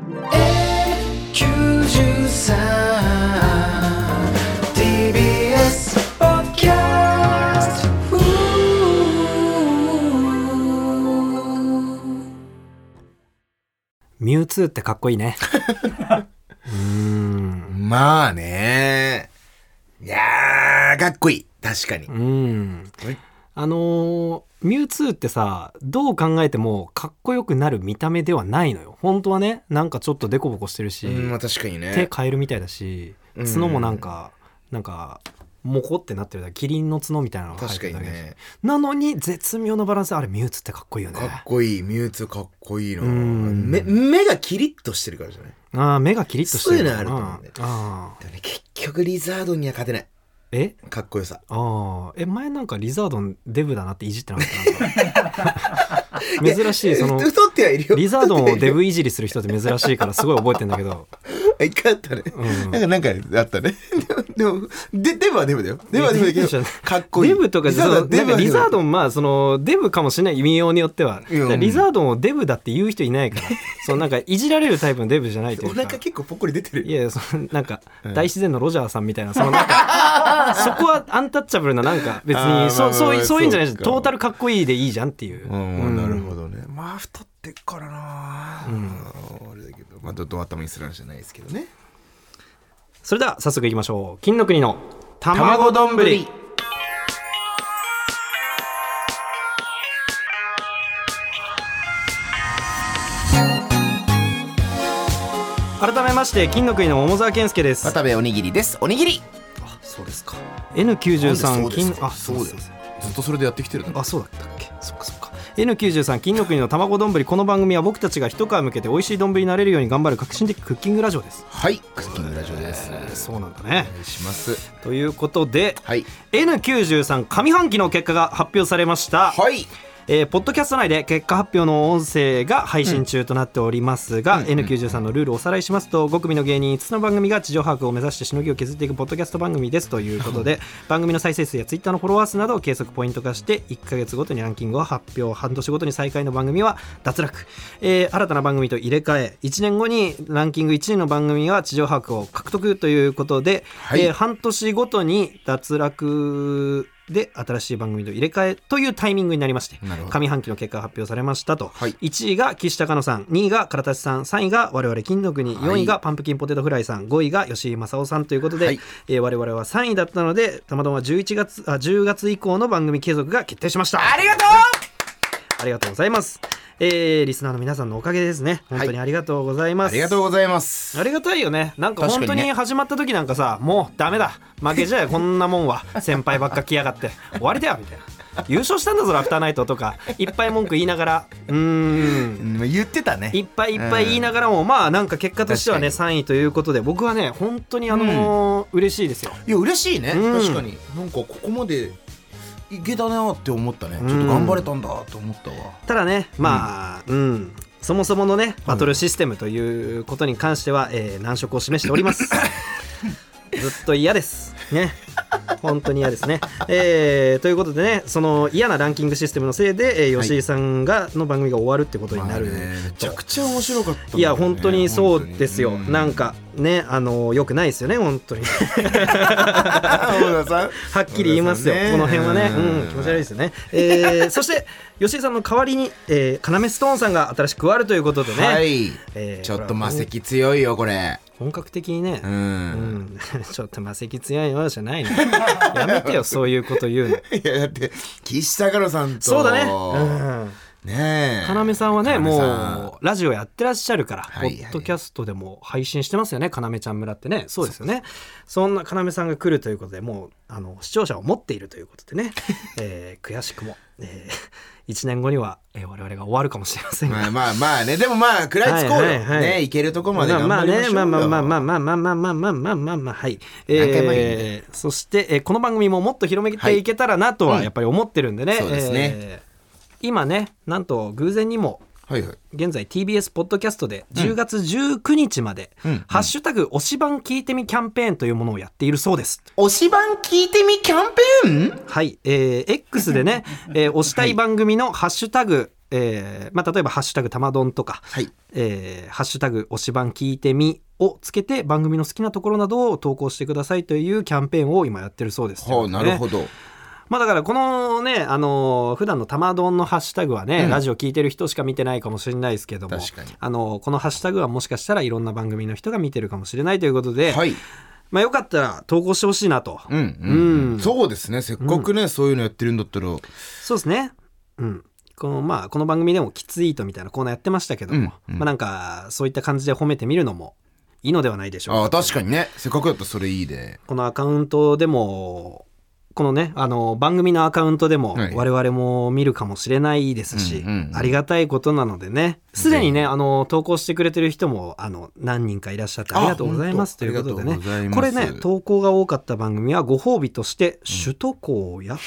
93 TBS ポッドキャストミュウツーってかっこい いね。まあね。いやー、かっこいい。確かに。うん。あのーミュウツーってさ、どう考えてもかっこよくなる見た目ではないのよ。本当はね、なんかちょっとデコボコしてるし、うん、まあ確かにね手。カエルみたいだし、角もなんか、なんか、モコってなってるだけ、キリンの角みたいなのが入っ確てかるにだけだね。し、なのに絶妙なバランスであれミュウツーってかっこいいよねか。っこいい。ミュウツーかっこいいな。ん目、目がキリッとしてるからじゃないああ、目がキリッとしてるそういうのあると思うんだようんあーでもね結局リザードンには勝てない。えかっこよさ。ああ、え、前なんかリザードンデブだなっていじってなか ったなんか珍しい、その、太ってはいるよ。リザードンをデブいじりする人って珍しいからすごい覚えてんだ けど、一回あったね。なんか、なんかあったね。 でも、で、デブはデブだよ。デブはデブだけデブじゃどない、かっこいい。デブとかじゃリザーなドくンて、なんかリザーン。ドン、まあ、その、デブかもしれない、意味用によっては。うんリザードンをデブだって言う人いな いから、そのなんか、いじられるタイプのデブじゃないといおう か。腹結構ぽっこり出てるい。やいや、そのなんか、大自然のロジャーさんみたいな、そのなんか、そこはアンタッチャブルな、なんか、別あー まあに、まあそう、そういまう、あそういうんじゃないし、そうかトータルかっこいいでいいじゃんっていう。うん、なるほどね。まあ、太ってっからな。うん、あれだけど、まあ、どど頭にする話じゃないですけどね。それでは、早速いきましょう。金の国の卵卵丼ぶり丼。改めまして、金の国の桃沢健介です。渡部おにぎりです。おにぎり。あ、そうですか。 N93 金あ、そうだよ。ずっとそれでやってきてるの。あそうだったっけそっかそっか N93 金の国の卵丼ぶりこの番組は僕たちが一皮向けて美味しい丼になれるように頑張る革新的クッキングラジオですはい、クッキングラジオです。そうなんだねお願いします。ということで、はい。 N93 上半期の結果が発表されました、はい。えーポッドキャスト内で結果発表の音声が配信中となっておりますが、N93 のルールをおさらいしますと5組の芸人5つの番組が地上波を目指してしのぎを削っていくポッドキャスト番組ですということで番組の再生数やツイッターのフォロワー数などを計測ポイント化して1か月ごとにランキングを発表半年ごとに再開の番組は脱落、えー新たな番組と入れ替え1年後にランキング1位の番組は地上波を獲得ということで、はいえー半年ごとに脱落で新しい番組と入れ替えというタイミングになりましてなるほど上半期の結果が発表されましたと、はい1位が岸高野さん2位が唐達さん3位が我々金の国はい4位がパンプキンポテトフライさん5位が吉井正夫さんということで、はいえー我々は3位だったのでたまたま11月あ10月以降の番組継続が決定しましたありがとありがとうございます、えーリスナーの皆さんのおかげですね本当にありがとうございまう。す、ありがとうございます。ありがたいよねなんか本確当かににね始まった時なんかさもうダメだ負けじゃよこんなもんは先輩ばっか来やがって終わりだよみたいな優勝したんだぞラフターナイトとかいっぱい文句言いながらうーんうん言ってたね。いっぱいいっぱい言いながらも、まあなんか結果としてはね確3位ということで僕はね本当にあのー嬉しいですよいや嬉しいね、うん確かになんかここまでいけたなって思ったね、んちょっと頑張れたんだと思ったわただねまあうん、そもそものねバトルシステムということに関しては、えー難色を示してお りますずっと嫌ですね本当に嫌ですね、えーということでねその嫌なランキングシステムのせいで、えーはい吉井さんがの番組が終わるってことになる、まあねめちゃくちゃ面白かったんだよね、いや本当にそうですよ、本当になんかねあのよくないですよね本当にあ小田さん はっきり言いますよ、小田さんこの辺はね、うんうん、気持ち悪いですよね。えー そして、吉井さんの代わりに、えー、要ストーンさんが新しく加わるということでね、はい、えーちょっと魔石強いよこれ本格的にねう、、うんん、 ちょっと魔石強いよじゃないの。 やめてよ、そういうこと言うの。いやだって岸高野さんとそうだね。ねえ要さんはね要さんもうラジオやってらっしゃるから、はいはいポッドキャストでも配信してますよね要ちゃん村ってねそうですよねそんな要さんが来るということでもうあの視聴者を持っているということでね、えー悔しくも、え1年後には、えー我々が終わるかもしれませんがまあまあまあねでもまあ食らいつこうよ、はいはいはいねいけるとこまで頑張りましょうよまあまあねまあまあまあまあまあまあまあまあまあまあはい。えーそして、えーこの番組ももっと広めていけたらなとははいやっぱり思ってるんでね。そうですねえー今ね、なんと偶然にもはいはい現在 TBS ポッドキャストで10月19日までうんうん「ハッシュタグ推し版聞いてみキャンペーン」というものをやっているそうです。推し版聞いてみキャンペーンはい、えー X でね、えー推したい番組のハッシュタグ、えーまあ、例えば「ハッシュタグたまどん」とか、はいえーハッシュタグ推し版聞いてみ」をつけて番組の好きなところなどを投稿してくださいというキャンペーンを今やってるそうです、はあなるほど。ど、まあだからこのね、あのー普段の玉丼のハッシュタグはね、うんラジオ聞いてる人しか見てないかもしれないですけども、確かにあのーこのハッシュタグはもしかしたらいろんな番組の人が見てるかもしれないということで、はいまあよかったら投稿してほしいなと。うんうん、うんそうですねせっかくね、そういうのやってるんだったらそうですね。うん。このまあ、この番組でもきついとみたいなコーナーやってましたけども、うんうんまあなんかそういった感じで褒めてみるのもいいのではないでしょうあ確かにねせっかくだったらそれいいでこのアカウントでもこのねあの番組のアカウントでもはい我々も見るかもしれないですし、うんうんうんありがたいことなのでねすでにねあの投稿してくれてる人もあの何人かいらっしゃってありがとうございますあということであねりがとうございますこれね投稿が多かった番組はご褒美として首都 高や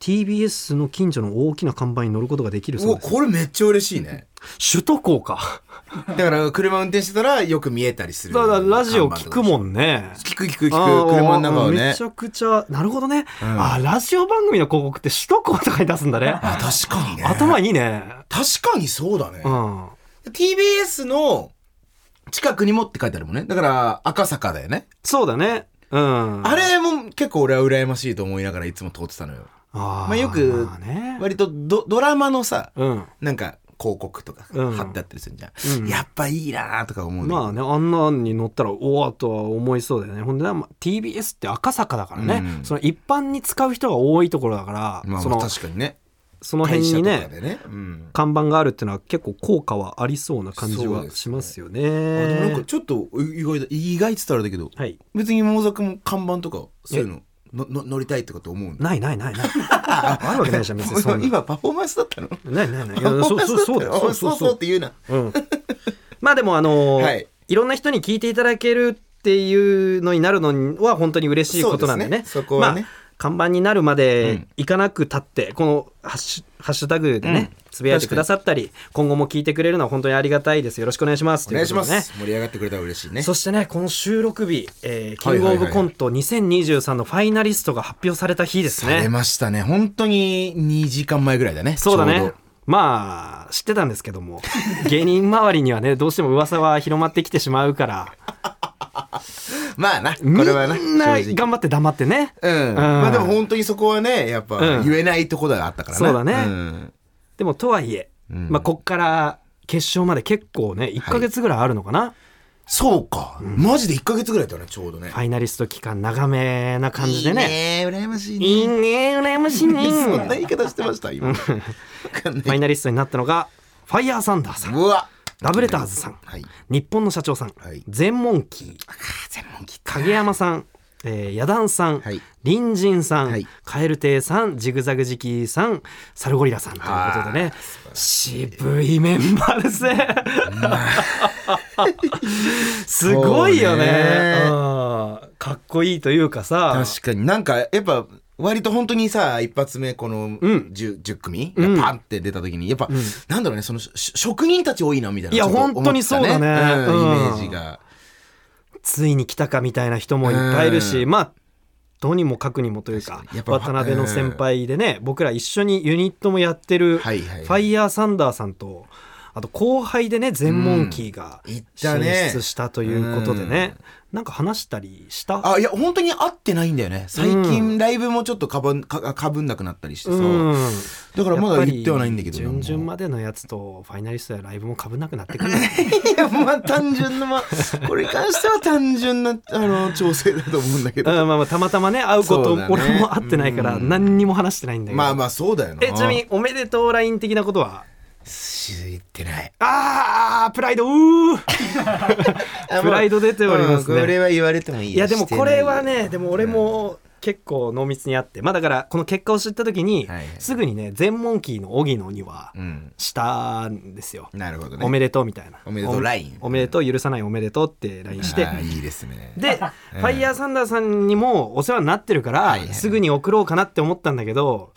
TBS の近所の大きな看板に乗ることができるうそうわですこれめっちゃ嬉しいね首都高かだから車運転してたらよく見えたりするだからラジオ聞くもんんね聞く聞く聞くあー車の中はめねちゃくちゃなるほどね、んあーラジオ番組の広告って首都高とかに出すんだね あ確かにね頭いいね確かにそうだね、うん TBS の近くにもって書いてあるもんねだから赤坂だよね、そうだねうんあれも結構俺は羨ましいと思いながらいつも通ってたのよあーまあ、よくまあね割とドドラマのさうんなんか広告とかうん貼ってあったりするじゃん、うんやっぱいいなーとか思うのまあねあんなんに乗ったらおおとは思いそうだよねほんでな、まあ TBS って赤坂だからね、うんその一般に使う人が多いところだから、まあそまあの確かにねその辺に会社ねとかでね、うん、看板があるっていうのは結構効果はありそうな感じはしますよねあでもなんかちょっと意外だ意外っつったらあれだけどはい別に桃崎も看板とかそういうののの乗りたいとかと思うんだないないないない ああるわけないじゃん別にそんな今パフォーマンスだったのないないないいパフォやーそうマンスそうだったそうだよのおい そうそうって言うなうん、まあでもあのーはいい、ろんな人に聞いていただけるっていうのになるのは本当に嬉しいことなんでそうねですねそこはねまあ看板になるまうでんいかなくたって、このハッシュハッシュタグでね、つぶやいてくださったり今後も聞いてくれるのは本当にありがたいですよろしくお願いしますお願いしまということでねす盛り上がってくれたら嬉しいねそしてねこの収録日、えーキはいングはいはオいブコント2023のファイナリストが発表された日ですね、出ましたね本当に2時間前ぐらいだねそうだちょねど。まあ知ってたんですけども 芸人周りにはねどうしても噂は広まってきてしまうからまあなこみんなれはな正直頑張って黙ってねうん、まあでも本当にそこはねやっぱうん言えないところがあったからね、そうだねんでもとはいえ、うんまあ、こっから決勝まで結構ね1か月ぐらいあるのかな、そうか、マジで1か月ぐらいだねちょうどねファイナリスト期間長めな感じでねいいね羨ましいねいいね羨ましいね そんなフ言い方してました今わかんなァイいナリストになったのがファイヤーサンダーさんうわラブレターズさんはい日本の社長さん、はいゼンモンキー全問切った影山さん、えー、野団さん、はい隣人さん、はいカエル亭さんジグザグジキーさんサルゴリラさんということでね渋いメンバーで すねすごいよそうねねうんかっこいいというかさ確かになんかやっぱ割と本当にさ一発目このん 10, 10組うんがパンって出た時にやっぱ、なんだろうねそのし職人たち多いなみたいないいや本当にそうイだねうんメージがついに来たかみたいな人もいっぱいいるし、うんまあとにもかくにもというか確かにやっぱ渡辺の先輩でね、僕ら一緒にユニットもやってるフはいはいはいァイヤーサンダーさんとあと後輩でね全モンキーがうんいった進ね出したということでね,、なんか話したりしたあいや本当に合ってないんだよね最近ライブもちょっとかぶんかかぶんなくなったりしてさ、うんだからまやだっぱり言ってはないんだけど準々ままでのやつとファイナリストやライブもかぶんなくなってく るいやまあ単純な、まあ、これに関しては単純なあの調整だと思うんだけうんどまあまあたまたまね会うこそとうだね俺も会ってないからうん何にも話してないんだけど、まあまあそうだよなえちなみにおめでとう LINE 的なことは知ってないあープライドうープライド出ておりますねうんこれは言われてもいいいやでもこれはねでも俺も結構濃密にあってまあだからこの結果を知った時にはいはいすぐにね全問キーの荻野にはうんしたんですよなるほどねおめでとうみたいなおめでとうラインおおめでとう許さないおめでとうって LINE してあーいいですね で、ファイヤーサンダーさんにもお世話になってるから、はいはいすぐに送ろうかなって思ったんだけど、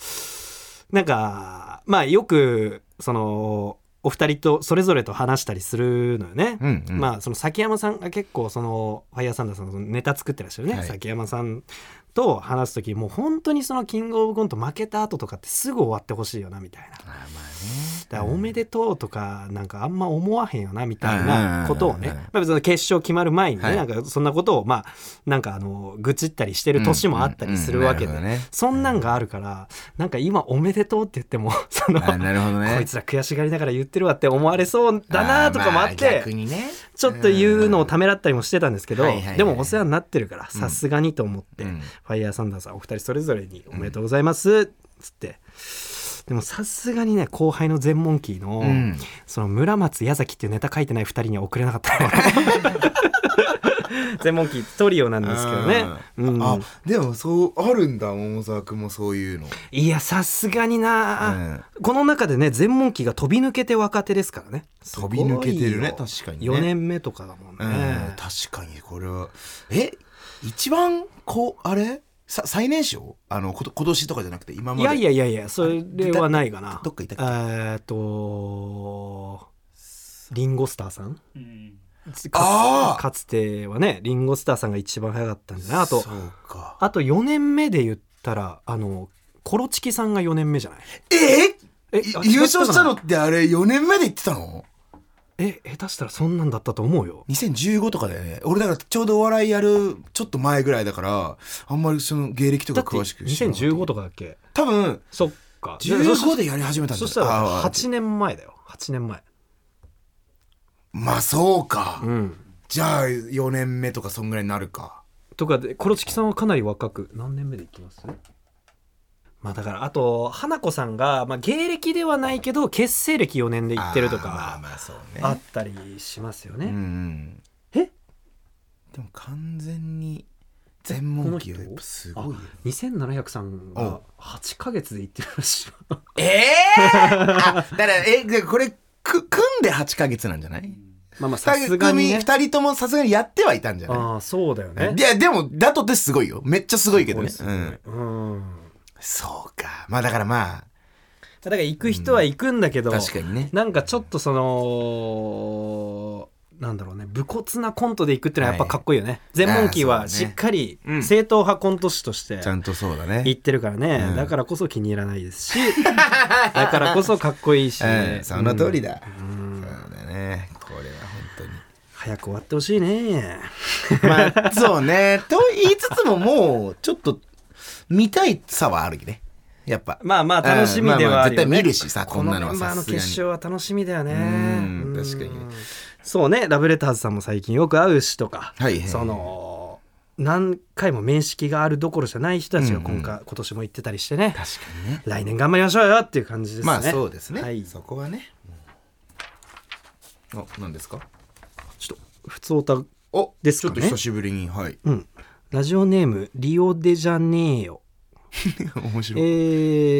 なんか、まあよく、その、お二人とそれぞれと話したりするのよね。うんうんまあその崎山さんが結構そのファイヤーサンダーさんのネタ作ってらっしゃるね、はい崎山さんと話す時もう本当にそのキングオブコント負けた後とかってすぐ終わってほしいよなみたいなあーまあねだからおめでとうとかなんかあんま思わへんよなみたいなことをね、うんうんうんうんまあ、別に決勝決まる前にね、はいなんかそんなことをまあなんかあの愚痴ったりしてる年もあったりするわけで、うんうんうんなるほどねそんなんがあるからなんか今おめでとうって言ってもそのあーなるほどね こいつら悔しがりながら言ってるわって思われそうだなとかもあってーま逆にねちょっと言うのをためらったりもしてたんですけど、うんはいはいはいでもお世話になってるからさすがにと思って、うんファイヤーサンダーさんお二人それぞれに「おめでとうございます」つってでもさすがにね後輩の全問キーの、んその村松矢崎っていうネタ書いてない二人には送れな かったの全問キートリオなんですけどね、うんあでもそうあるんだ桃沢君もそういうのいやさすがにな、この中でね全問キーが飛び抜けて若手ですからね飛び抜けてるね確かにね4年目とかだもんね、うん確かにこれはえ一番こうあれさ最年少あのこと今年とかじゃなくて今までいやいやいやいや、それはないかな。どっかいたっけえーっと、リンゴスターさんあかーかつてはね、リンゴスターさんが一番早かったんだな。あとそ、うかあと4年目で言ったら、あの、コロチキさんが4年目じゃないええいあ違優勝したのかなってあれ4年目で言ってたのえ、下手したらそんなんだったと思うよ。 2015とかだよね俺だからちょうどお笑いやるちょっと前ぐらいだからあんまりその芸歴とかだって詳しく知らなかった2015とかだっけ多分そっか。 15でやり始めたんだそしたあらあ8年前だよ。8年前。まあそうか、うん。じゃあ4年目とかそんぐらいになるかとかでコロチキさんはかなり若く何年目でいきますまあだからあと花子さんが、まあ、芸歴ではないけど結成歴4年でいってるとあーまあかまあそうねあったりしますよね、うんうんえでも完全に全問記はやっぱすあごいよ2700さんが8ヶ月でいってるら しいなええあだからえでこれく組んで8ヶ月なんじゃないまあまあさす2がにね人ともさすがにやってはいたんじゃないああそうだよねいやでもだとってすごいよめっちゃすごいけどねすうん、うんそうかまあだからまだから行く人は行くんだけあど、確かにねなんかちょっとそのなんだろうね武骨なコントでいくっていうのはやっぱかっこいいよね、全問キーあはーそうだしねっかりうん正統派コント師として、ちゃんとそうだ言っねてるからね、うんだからこそ気に入らないです しだからこそかっこいいし、うんその通りうんだ、そうだねこれは本早く終わってほしいね当にまあそうねと言いつつももうちょっと見たいさはあるよねやっぱまあまあ楽しみではあるよね、うんまあまあ絶対見るしさここんのなメのはンバーさのす決がに勝は楽しみだよねうんうん確かにねそうねラブレターズさんも最近よく会うしとか、はいはいその何回も面識があるどころじゃない人たちが今回、今年も行ってたりしてね確かにね来年頑張りましょうよっていう感じですねまあそうですね、はい、ちそょこはねあ何ですかっと普通おたおですかねちょっと久しぶりにはい うんラジオネームリオデジャネイロ面白い、え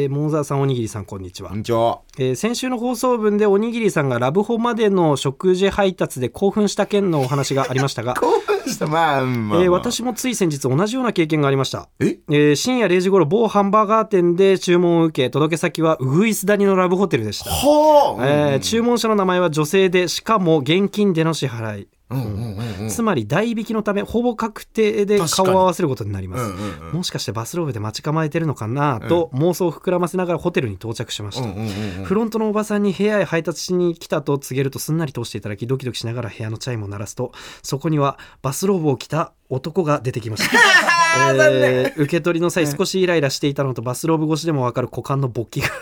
ー、モンザーさんおにぎりさんこんにちはこん、にちはえー先週の放送分でおにぎりさんがラブホまでの食事配達で興奮した件のお話がありまし たが、興奮したまあ、うんまあまあえー私もつい先日同じような経験がありましたええー深夜0時頃某ハンバーガー店で注文を受け届け先はウグイス谷のラブホテルでした、はあ、えー注文者の名前は女性でしかも現金での支払いうんうんうんうんつまり代引きのためほぼ確定で顔を合わせることになりまうす、んうんもしかしてバスローブで待ち構えてるのかなと妄想を膨らませながらホテルに到着しました、うんうんうんうんフロントのおばさんに部屋へ配達しに来たと告げるとすんなり通していただきドキドキしながら部屋のチャイムを鳴らすとそこにはバスローブを着た男が出てきました、 えー受け取りの際少しイライラしていたのとバスローブ越しでも分かる股間の勃起が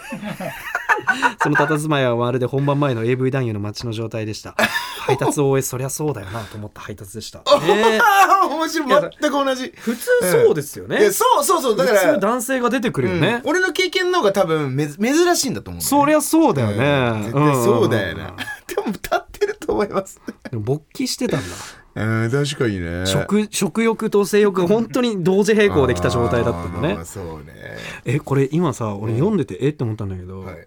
その佇まいはまるで本番前の AV 男優の街の状態でした配達を終えそりゃそうだよなと思った配達 でした、えーあ ー面白い全く同じ普通そうですよね、いやそうそうそうだか普ら通男性が出てくるようんね、俺の経験の方が多分めず珍しいんだと思うんだよねそりゃそうだよね、絶対そうだよんんなうん。でも立ってると思います。 でも勃起してたんだうん、確かにね。食食欲と性欲が本当に同時並行できた状態だったのねあーそうね。えこれ今さ俺読んでて、えって思ったんだけど、はい。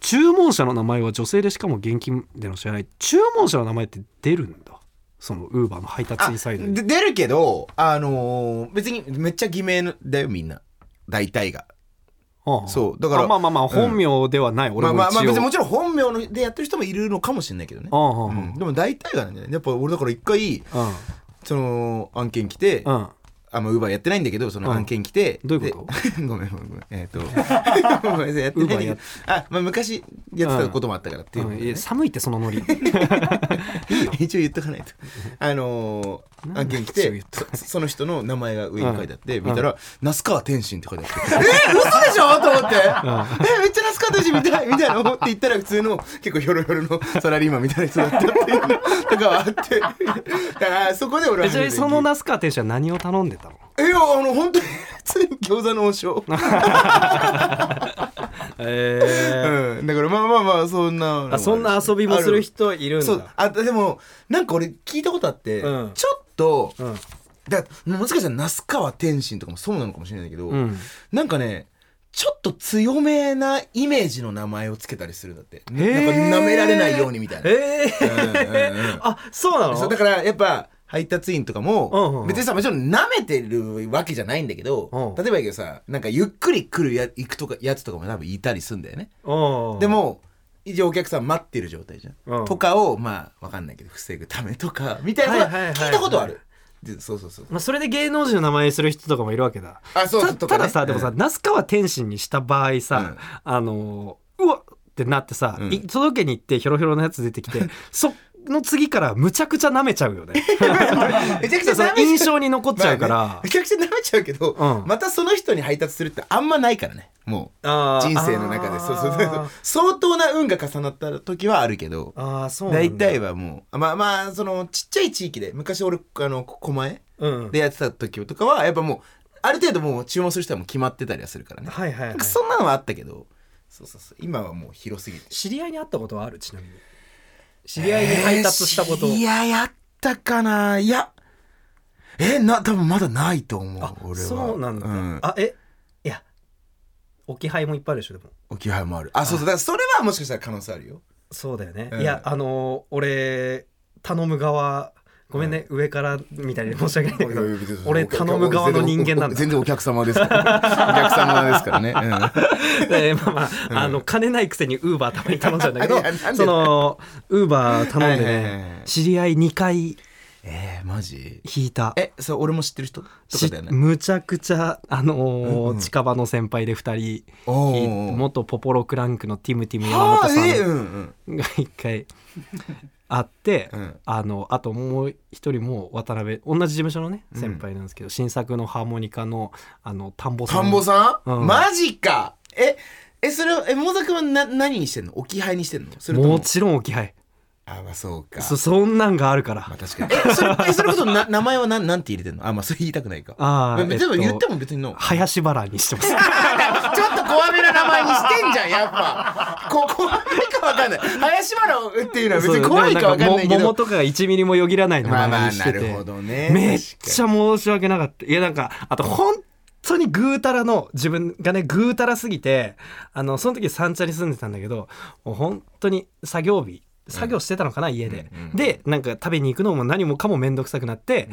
注文者の名前は女性でしかも現金での支払い注文者の名前って出るんだそのウーバーの配達員サイドにで出るけど、あのー別にめっちゃ偽名だよ、みんな。大体が。ああそうだからあまあまあまあうん本名ではない、俺まあまあも一応、まあ、別にもちろん本名のでやってる人もいるのかもしれないけどね。ああうんでも大体がね、やっぱ俺だから一回、その案件来て、うんうんあんまウーバーやってないんだけど、その案件来て。うんどういうことで ごめんごめんごめん。えっ、 と、ごめんなさい、やってないんだ Uber やけっど。あ、まあ昔やってたこともあったからっていううことんでいね、や寒いってその ノリ一応言っとかないと。あのー、案件来一応言てっと、そその人の名前が上に書いてあって、ん見たら、那須川天心って書いて あって、えー、嘘でしょと思って、え、めっちゃ那須川天心みたい、みたいな思って行ったら、普通の、結構ひょろひょろのサラリーマンみたいな人だったっていうのとかはあって、だから、そこで俺えは初ちなめみにて。その那須川天使は何を頼んでたのえ、いや、あの、本当に、普通に餃子の王将。えうん。だから、まあまあまあ、そんなのもあるし。そんな遊びもする人いるんだそうあでもなんか俺聞いたことあって、うんちょっと、んだもしかしたら那須川天心とかもそうなのかもしれないけど、んなんかねちょっと強めなイメージの名前をつけたりするんだってなんかー舐められないようにみたいな、えうえんうんうんあそうなのそうだからやっぱ配達員とかうんうんうもん別にさもちろん舐めてるわけじゃないんだけどうん例えばやけどさなんかゆっくり来るや行くとかやつとかも多分いたりするんだよねうんでも一応お客さん待ってる状態じゃん、うんとかをまあわかんないけど防ぐためとかみたいなのはいはいははいはい聞いたことある、でそうそうそうまあ、 それで芸能人の名前にする人とかもいるわけだあそうたとたかねださでもさ、うん那須川天心にした場合さ、あのーうわっってなってさ、うんい届けに行ってヒョロヒョロのやつ出てきて その次からむちゃくちゃ舐めちゃうよねめちゃくちゃそ舐のめ印ちゃう象に残っちゃうか ら、まあねめちゃくちゃ舐めちゃうけど、うんまたその人に配達するってあんまないからねもうあー 人生の中でそうそうそうあー相当な運が重なった時はあるけどあーそうなんだ大体はもうまあまあそのちっちゃい地域で昔俺あの狛江うんでやってた時とかはやっぱもうある程度もう注文する人はもう決まってたりはするからねはいはい、はい、そんなのはあったけど、そうそうそう、今はもう広すぎて。知り合いに会ったことはあるちなみに知り合いに配達したこと、いや、やったかな、いや。え、な、多分まだないと思う、俺は。そうなんだ、うん、あえいや置き配もいっぱいあるでしょでも置き配もある。あ、そうそう、だからそれはもしかしたら可能性あるよ。そうだよね、うんいやあのー俺頼む側ごめんね、上からみたいで申し訳ないんだけど 俺頼む側の人間なんだ 全然お客様ですから。お客様ですからね。でまあまあ、あの金ないくせにウーバーたまに頼んじゃうんだ けどいやなんでだよそのウーバー頼んでね、はいはいはいはい知り合い2回 えー、マジ引いたえ、そう、俺も知ってる人とかだよしね。むちゃくちゃ、あのー近場の先輩で2人おーひ元ポポロクランクのティムティム山あ本ー、えー、さうんうん。んが1回あって、うんあのあともう1人も渡辺同じ事務所のね先輩なんですけど、新作のハーモニカのあの田んぼさ田んんぼさん、うんマジかええそれをえモザ君はな何にしてんの置き配にしてんのそれとももちろん置き配あまあそうかそそんなんがあるから、まあ確かにえそれえそれこそな名前はなんなんて入れてんのあまあそれ言いたくないかまあーでもえっと言っても別にの林原にしてますちょっと怖めな名前にしてんじゃんやっぱこ怖いかわかんない林原っていう のは別に怖いかわかんないそうでけもんも桃どとかが1ミリもよぎらない名まあま前あにしなてて、るほどねめっちゃ申し訳なかったいやなんかあと本当にぐうたらの自分がねぐうたらすぎてあのその時三茶に住んでたんだけどもう本当に作業日作業してたのかな、家で、でなんか食べに行くのも何もかも面倒くさくなって、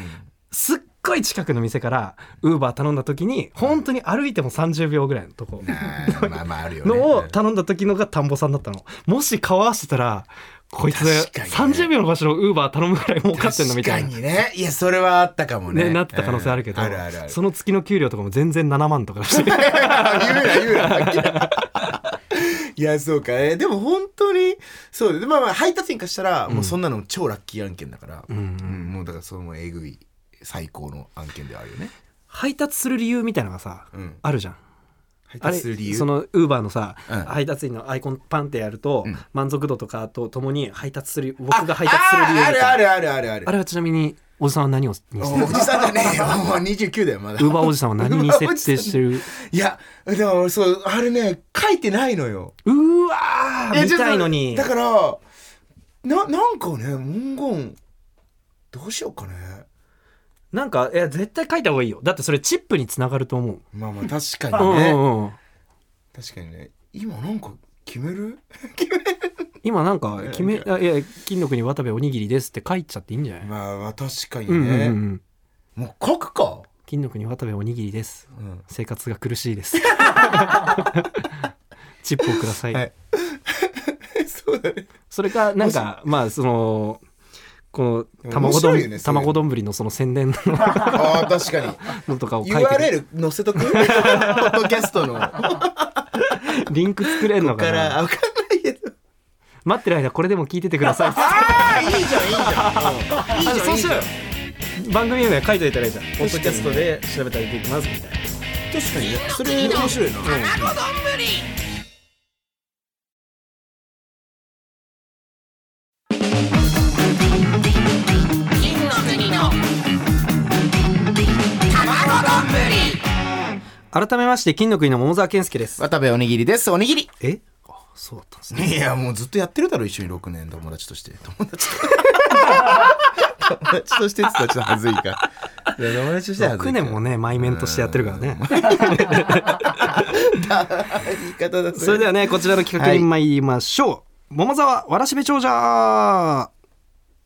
すっごい近くの店からウーバー頼んだ時に本当に歩いても30秒ぐらいのとこ確かにあーまあまああるよねのを頼んだ時のが田んぼさんだったのもし顔合わせてたらこいつ確かにね30秒の場所のウーバー頼むぐらい儲かってんのみたいな確かにねいやそれはあったかもねね、なってた可能性あるけど、うんあるあるあるその月の給料とかも全然7万とかして 言うな言うないやそうか、えーでも本当にそうでまあまあ配達員からしたら、もうそんなの超ラッキー案件だから、うんもうだからそれもえぐい最高の案件ではあるよね配達する理由みたいなのがさ、うんあるじゃん配あれ達する理由そのウーバーのさ、うん配達員のアイコンパンってやると、満足度とかとともに配達する僕が配達する理あ由みたいるなあるあるあるあるあれはちなみにおじさんは何をにしておじさんだねえよもう29だよまだウーバーおじさんは何に設定し てるいやでも俺そうあれね書いてないのようーわー見たいのにだからななんかね文言どうしようかねなんかいや絶対書いた方がいいよだってそれチップにつながると思う、まあまあ確かうんにうねんうん確かにね今なんか決める今なんか決めあいや金の国渡部おにぎりですって書いちゃっていいんじゃない、まあまあ確かにうんうんうんうねんもう書くか金の国渡部おにぎりです、ん生活が苦しい ですチップをください、はい そうだねそれかなんかまあそのこの面卵白丼、いよねそういうの卵丼ぶりのその宣伝 ああ確かにの とかを書いて URL 載せと くポッドキャストのかリンク作れんのかならあ分かんないけど待ってる間これでも聞いててくださ い あいいじゃんいいじゃんいいじゃんそうしようよいいじ番組名書いといたらいいじゃんポッドキャストで調べたりできますみたいなゃん確かにねそれ面白いな改めまして金の国の桃沢健介です渡部おにぎりですおにぎりえあそうだったんですねいやもうずっとやってるだろ一緒に6年友達と して友達と友達としてって言ったらちょっと恥ずいか いや友達としては恥ずい6か年もね前面としてやってるからね 言い方だ それではねこちらの企画に参りましょう、桃沢わらしべ長者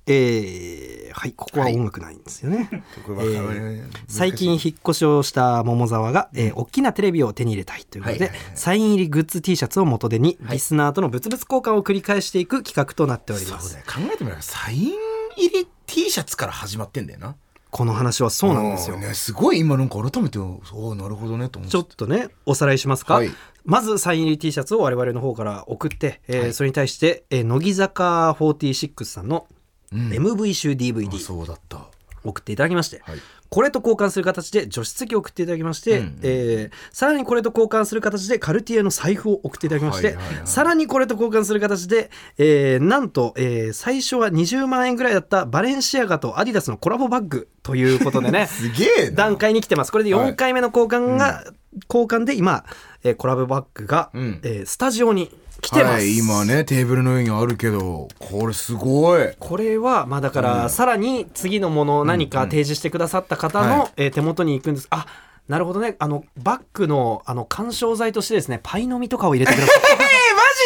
えー、はいここは音楽ないんですよね、これわかんないえー 最近引っ越しをした桃沢が、えー大きなテレビを手に入れたいということで、はいはいはいサイン入りグッズ T シャツを元手に、リスナーとの物々交換を繰り返していく企画となっておりまそうすだよ考えてみればサイン入り T シャツから始まってんだよなこの話はそうなんですよ、うね、すごい今なんか改めてそうなるほどねと思ってちょっとねおさらいしますか、はいまずサイン入り T シャツを我々の方から送って、えーそれに対して、えー乃木坂46さんの MV 集 DVD、あそうだった送っていただきまして、はいこれと交換する形で除湿機を送っていただきまして、うんえーさらにこれと交換する形でカルティエの財布を送っていただきまして、はいはいはいさらにこれと交換する形で、えーなんと、えー最初は20万円ぐらいだったバレンシアガとアディダスのコラボバッグということでね すげえな段階に来てますこれでは4い回目の交換が、交換で今、えーコラボバッグが、うんえースタジオに来てまはす、い、今ねテーブルの上にあるけどこれすごいこれはまあだからさらに次のものを何か提示してくださった方はのいえー手元に行くんですあなるほどねあのバッグのあの緩衝材としてですねパイの実とかを入れてくだ さえー、マジ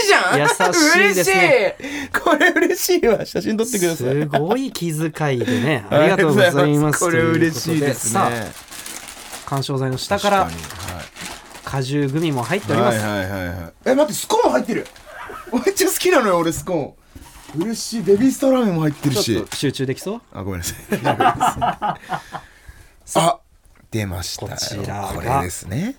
じゃん優しいですね嬉しいこれ嬉しいわ写真撮ってくいださいすごい気遣いで ねありがとうござありがとうございいまますすこれ嬉しいですねとうことでさあ緩衝材の下から果汁グミも入っておりまはす、いはいはいはいえ待ってスコーン入ってるめっちゃ好きなのよ俺スコーン嬉しいベビースターラーメンも入ってるちょしっと集中できそうあごめんなさい 大丈夫ですあ出ましたよこちらがこれですね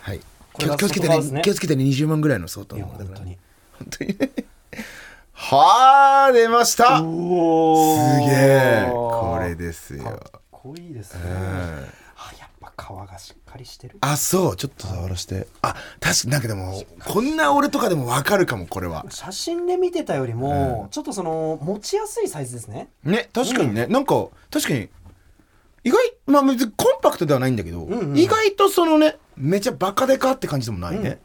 はいこ気れをが気をつけて外側ですねね気をつけてね20万ぐらいの相当のものだ本から当に本当にねはあ出ましたすげえこれですよ濃いですね、あやっぱ皮がしっかりしてるあそうちょっと触らしてあ確かになんかでもこんな俺とかでもわかるかもこれは写真で見てたよりも、ちょっとその持ちやすいサイズですねね確かにね、なんか確かに意外まあ別にコンパクトではないんだけど、意外とそのねめちゃバカでかって感じでもないね、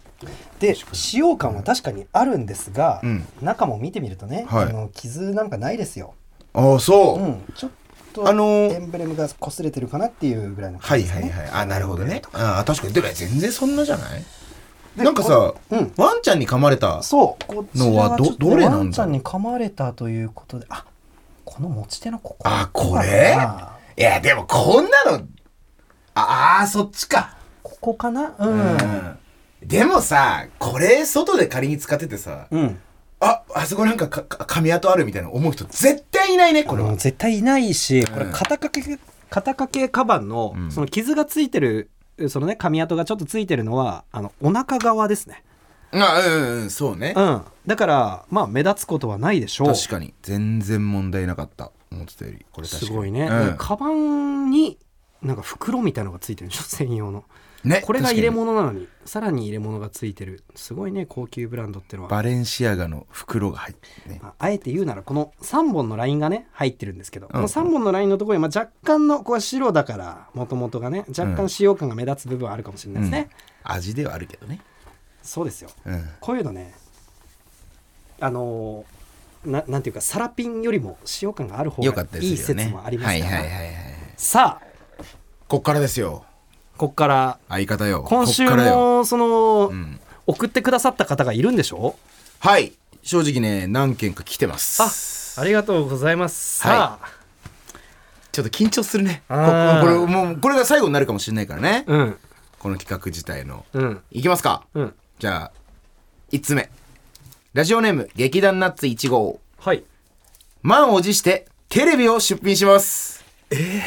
で使用感は確かにあるんですが、ん中も見てみるとね、はいあの傷なんかないですよ、ああそう、うん、ちょっとあのーエンブレムが擦れてるかなっていうぐらいのは感いじですはね、いはいあなるほどねああ確かにでか全然そんなじゃないなんかさ、うんワンちゃんに噛まれたそうこちらのはどちょっとねどれなんだろうワンちゃんに噛まれたということであこの持ち手のここあこれあいやでもこんなのああーそっちかここかなうん、うんでもさこれ外で仮に使っててさ、うんああそこなんかかか噛み跡あるみたいな思う人絶対いないねこれは、もう絶対いないしこれ肩掛け肩掛けカバンのんその傷がついてるそのね髪跡がちょっとついてるのはあのお腹側ですねあうんうんそうねうんだからまあ目立つことはないでしょう確かに全然問題なかった思ってたよりこれ確かすにごいね、うんカバンになんか袋みたいのがついてるでしょ専用のねこれが入れ物なのにさらに入れ物がついてるすごいね高級ブランドってのはバレンシアガの袋が入ってねまああえて言うならこの3本のラインがね入ってるんですけど、この3本のラインのところに、まあ、若干のこれは白だからもともとがね若干使用感が目立つ部分はあるかもしれないですね、味ではあるけどねそうですようんこういうのねあのーななんていうかサラピンよりも使用感がある方よかがったでいいすよね説もありますからはいはいはいはいさあこっからですよここから相方よ今週こっからよもその、ん送ってくださった方がいるんでしょはい正直ね何件か来てますありがとうございますはさあ、ちょっと緊張するねこあーこれもうこれが最後になるかもしれないからね、うんこの企画自体の、うんいきますか、うんじゃあ1つ目ラジオネーム劇団ナッツ1号はい満を持してテレビを出品しますええ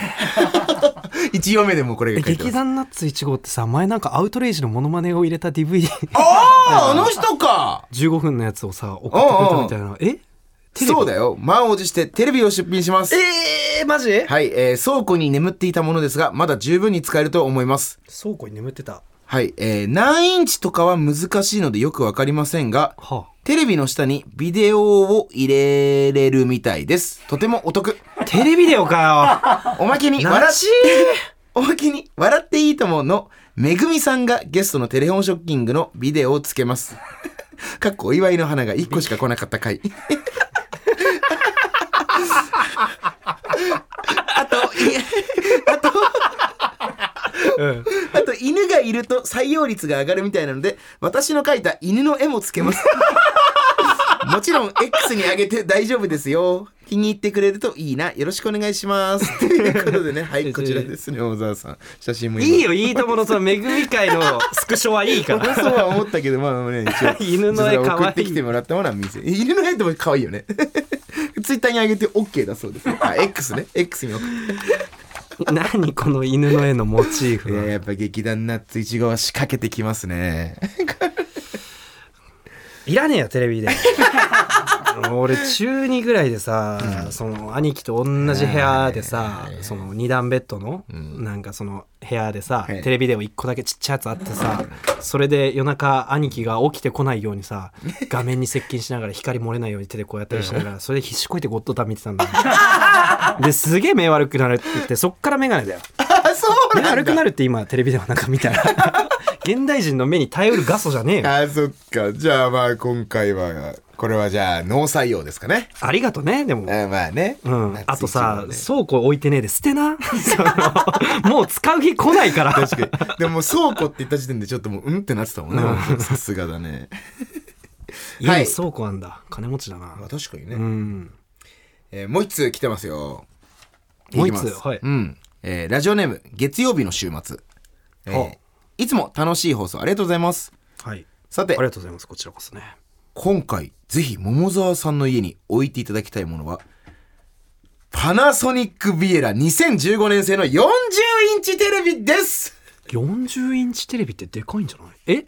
一行目でもうこれが書いてま劇す団ナッツ1号ってさ前なんかアウトレイジのモノマネを入れた DVD あああの人か15分のやつをさ送ってくれたみたいなえテレビそうだよ満を持してテレビを出品しますえー、マジはい、えー倉庫に眠っていたものですがまだ十分に使えると思います倉庫に眠ってたはい、えー何インチとかは難しいのでよくわかりませんが、はテレビの下にビデオを入れれるみたいです。とてもお得。あテレビだよかおまけによ笑なっちおまけに笑っていいとものめぐみさんがゲストのテレフォンショッキングのビデオをつけます。かっこお祝いの花が1個しか来なかった回。あと、いあと、うんあと犬がいると採用率が上がるみたいなので私の描いた犬の絵もつけ ますもちろん X に上げて大丈夫ですよ気に入ってくれるといいなよろしくお願いしますということ でねはいこちらですね大沢さん写真も今いいよ いいとものそのめぐみ会のスクショはいいか俺 らそうは思ったけどまあまあね一応 犬の絵可愛い送ってきてもらったものは見せ犬の絵って可愛いよね ツイッターに上げて OK だそうです あ X ね X に送って何この犬の絵のモチーいフやはやっぱ劇団ナッツイチゴは仕掛けてきます ねいらねえよテレビで 俺中2ぐらいでさ、その兄貴と同じ部屋でさ、その2段ベッドの、なんかその部屋でさ、はいテレビデオ1個だけちっちゃいやつあってさそれで夜中兄貴が起きてこないようにさ画面に接近しながら光漏れないように手でこうやったりしながらそれで必死こいてゴッドタン見てたんだよですげえ目悪くなるって言ってそっから眼鏡だよあそう目悪くなるって今テレビではなんか見たら現代人の目に頼る画素じゃねえ よあーそっかじゃあまあ今回はこれはじゃあノー採用ですかねありがとねでもあーまあね、うん夏、あとさ、一倉庫置いてねえで捨てな そのもう使う日来ないから番ね確かにでももう倉庫って言った時点でちょっともううんってなってたもんねさすがだ ね家はいに倉庫あんだ金持ちだなまあ確かにね、うんえーもう一通来てますよもう一き通ますはいうんえーラジオネーム月曜日の週末、えーほういつも楽しい放送ありがとうございますはいさあてりがとうございますこちらこそね今回ぜひ桃沢さんの家に置いていただきたいものはパナソニックビエラ2015年製の40インチテレビです40インチテレビってでかいんじゃないえ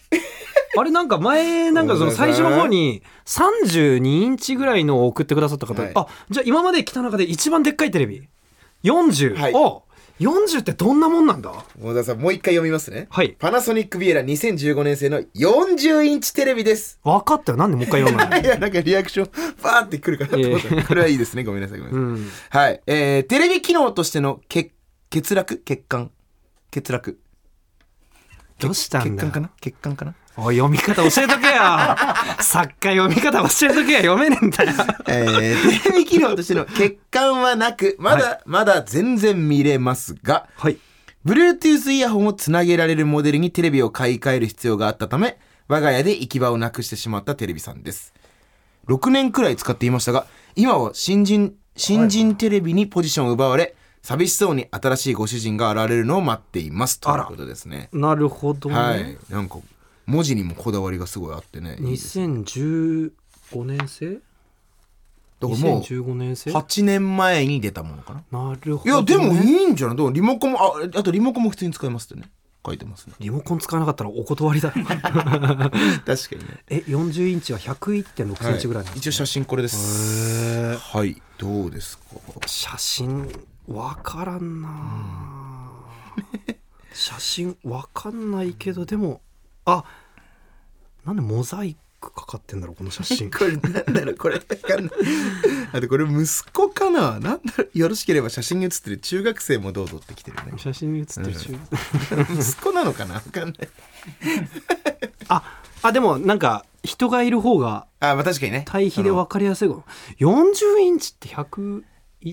あれなんか前なんかその最初の方に32インチぐらいのを送ってくださった方、はいあじゃあ今まで来た中で一番でっかいテレビ40、はいお40ってどんなもんなんだ桃沢さんもう一回読みますねはいパナソニックビエラ2015年製の40インチテレビです分かったよなんでもう一回読む のいやなんかリアクションバーってくるかなと思ったいやこれはいいですねごめんなさいごめんなさい、うんはいえー、テレビ機能としての欠欠落欠陥欠落どうした欠んだ陥よかな欠陥かなおい読み方教えとけ よ作家読み方教えとけよ読めねえんだよえーテレビ機能としての欠陥はなく、まだ、まだ全然見れますが、はい。 Bluetooth イヤホンをつなげられるモデルにテレビを買い替える必要があったため、我が家で行き場をなくしてしまったテレビさんです。6年くらい使っていましたが、今は新人、新人テレビにポジションを奪われ、寂しそうに新しいご主人が現れるのを待っています。ということですね。なるほどね。はい。なんか、文字にもこだわりがすごいあってね。いいです2015年生だからもう、 2015年生な8年前に出たものかな。るほいや、ど、ね。でもいいんじゃないでもリモコンも、あ、あとリモコンも普通に使えますってね。書いてますね。リモコン使わなかったらお断り だ。確かにね。え、40インチは101.6センチぐらいなんです一ね応写真これです。はい。どうですか 写真、わからんな写真わかんないけどでもあなんでモザイクかかってんだろうこの写 真これなんだろうこれわ かんないあとこれ息子かななんだろうよろしければ写真に写ってる中学生もどうぞってきてるね写真に写ってる中息子なのかなわかんないああでもなんか人がいる方があまあ確かにね対比で分かりやすいかも40インチって101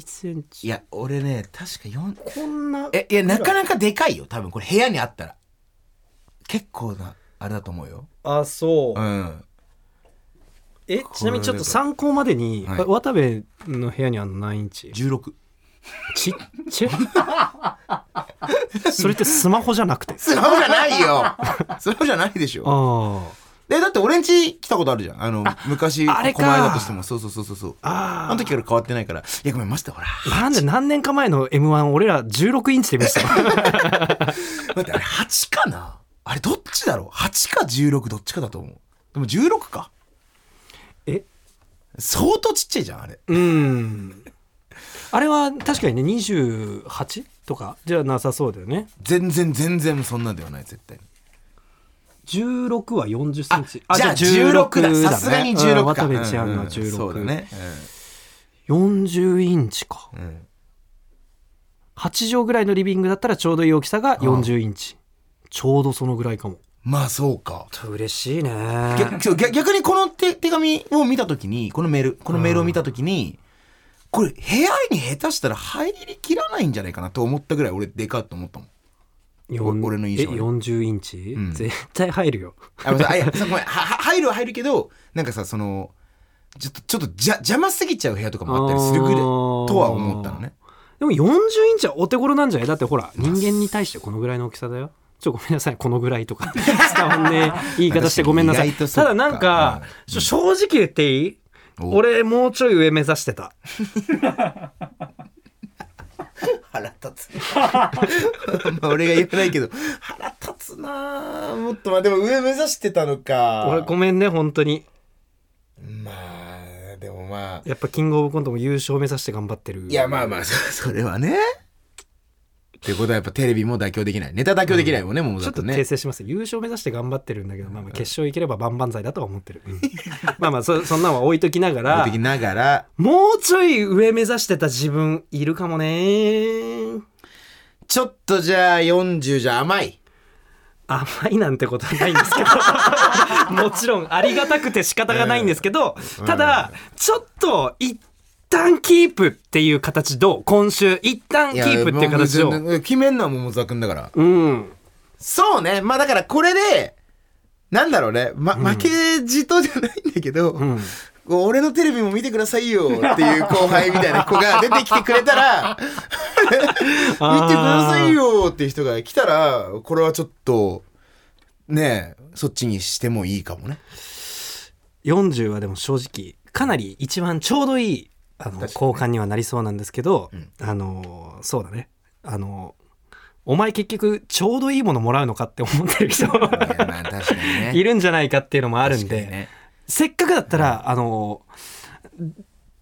センいチや俺ね確か4こんなえいやなかなかでかいよ多分これ部屋にあったら結構なあれだと思うよあそううんえちなみにちょっと参考までに、はい渡部の部屋にあるの何インチ16ちっちゃい それってスマホじゃなくてスマホじゃないよスマホじゃないでしょあえだって俺ん家来たことあるじゃんあの昔あれかこの間としてもそうそうそうそうそうああの時から変わってないからいやごめんマジでほ らあなんで何年か前の m 1俺ら16インチで見せた待ってあれ8かなあれどっちだろう8か16どっちかだと思うでも16かえ相当ちっちゃいじゃんあれうんあれは確かにね28とかじゃなさそうだよね全然全然そんなんではない絶対に16は40セあンチじゃあ16だねさすがに16うかん渡部ちゃんうのん16、そうだね40インチかうんうん8畳ぐらいのリビングだったらちょうどいい大きさが40インチちょうどそのぐらいかもまあそうか嬉しいね逆そう逆逆にこの手手紙を見た時にこのメールこのメールを見た時に、これ部屋に下手したら入りきらないんじゃないかなと思ったぐらい俺でかっと思ったもんよん俺の印象え40インチ、ん絶対入るよあごめんなさいあいやそうごめんはは入るは入るけどなんかさそのちょっとちょっとじゃ邪魔すぎちゃう部屋とかもあったりするぐらいあとーは思ったのねでも40インチはお手頃なんじゃないだってほら人間に対してこのぐらいの大きさだよちょごめんなさいこのぐらい とか伝わんねえ言い方してごめんなさい確かに意外とそたっかだなんか、ちょ正直言っていいお俺もうちょい上目指してた腹立 つまあ俺が言えないけど腹立つなあもっとまあでも上目指してたのか俺ごめんね本当にまあでもまあやっぱキングオブコントも優勝目指して頑張ってるいやまあまあそそれはねってことはやっぱテレビも妥協できないネタ妥協できないもんね、もうちだょっとね訂正します、優勝目指して頑張ってるんだけど、まあ、まあ決勝行ければ万々歳だとは思ってる、うんまあまあそ そんなんは置いときながらできながらもうちょい上目指してた自分いるかもねちょっとじゃあ40じゃ甘い甘いなんてことはないんですけど もちろんありがたくて仕方がないんですけど、ただちょっと一旦キープっていう形どう今週一旦いキやープっていう形もどう全然決めんのは桃沢君だからうんそうねまあだからこれでなんだろうね、ま、負けじとじゃないんだけど、んこう俺のテレビも見てくださいよっていう後輩みたいな子が出てきてくれた ら見てくださいよっていう人が来たらこれはちょっとねえそっちにしてもいいかもね40はでも正直かなり一番ちょうどいいあの交換にはなりそうなんですけど、あのそうだねあのお前結局ちょうどいいものもらうのかって思ってる人いやまあ確かにね いるんじゃないかっていうのもあるん確かで、にねせっかくだったら、あの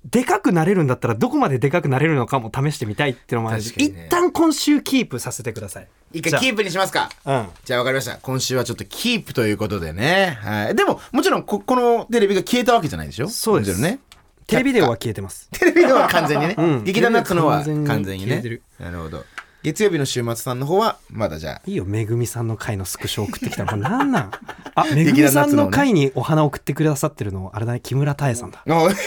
でかくなれるんだったらどこまででかくなれるのかも試してみたいっていうのもあるし、確かにね一旦今週キープさせてください一回キーープにしますかプうんじゃあ分かりました。今週はちょっとキープということでね。はい。でも、もちろんこ、このテレビが消えたわけじゃないでしょそうですもちろんね。テレビデオは消えてますテレビでは完全にね。うん劇団ナッツの方はテレビは完完全全ににね消えてる。なるほど。月曜日の週末さんの方は、まだじゃあ。いいよ、めぐみさんの会のスクショ送ってきたの。これなん なんあ、め劇ぐみ団ナさツんのねの会にお花送ってくださってるの、あれだね、木村多江さんだ。あ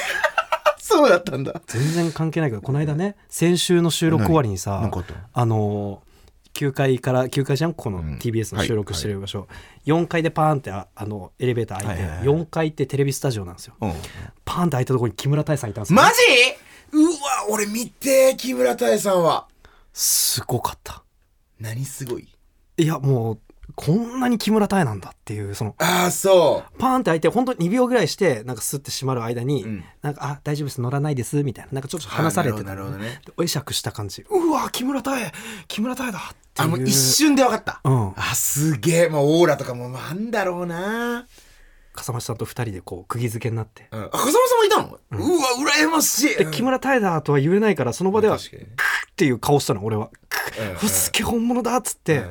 そうだったんだ。全然関係ないけど、この間ね、先週の収録終わりにさ何何かあっ、あのー、9階から9階じゃんこの TBS の収録してる場所、4階でパーンってああのエレベーター開いて、はいはいはい4階ってテレビスタジオなんですよ、うん。パーンって開いたところに木村多江さんいたんですよ、マジうわ、俺見て、木村多江さんは。すごかった何すごいいやもうこんなに木村多江なんだっていうそのああ、そパーンって開いて本当に2秒ぐらいしてなんかスッて閉まる間に、んなんか「あ大丈夫です乗らないです」みたいななんかちょっとう。話されてなたるほどなるほどね。で会釈した感じうわ木村多江木村多江だってあ、いうもう一瞬で分かった。うんあ、すげえ。もうオーラとかもなんだろうな。笠間さんと二人でこう釘付けになって、うん、あ風間さんもいたの、うわ羨ましいで木村多江だとは言えないからその場では確かにねクッっていう顔したの俺はクうわすっげえ本物だっつって、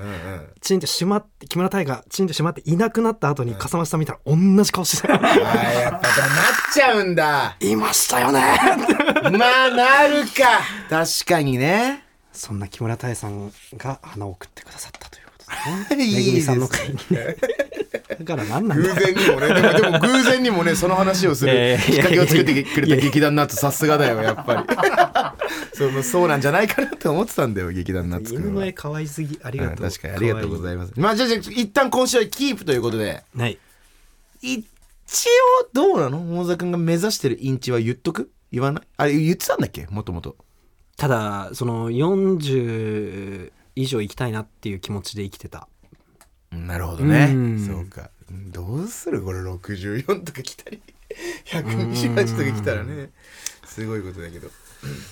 チンって閉まって木村太がチンって閉まっていなくなった後に笠間さん見たら同じ顔して たあーやっぱだなっちゃうんだいましたよねまあなるか確かにねそんな木村太さんが花を送ってくださった ということですねいいですめぐみさんの会にねだから何なん偶 だ然にもねでもでも偶然にもねその話をすいやいやるいきっやかけを作ってくれた劇団ナッツさすがだよやっぱり それもそうなんじゃないかなって思ってたんだよ劇団ナッツく犬んのは絵可愛すぎありうがんとう、確かにありがとうございいますまあじゃあじゃあ一旦今週はキープということでますはい一応どうなの桃沢君が目指してるインチは言っとく言わないあれ言ってたんだっけもともとただその40以上行きたいなっていう気持ちで生きてたなるほどねうんそうかどうするこれ64とか来たり128とか来たらねすごいことだけど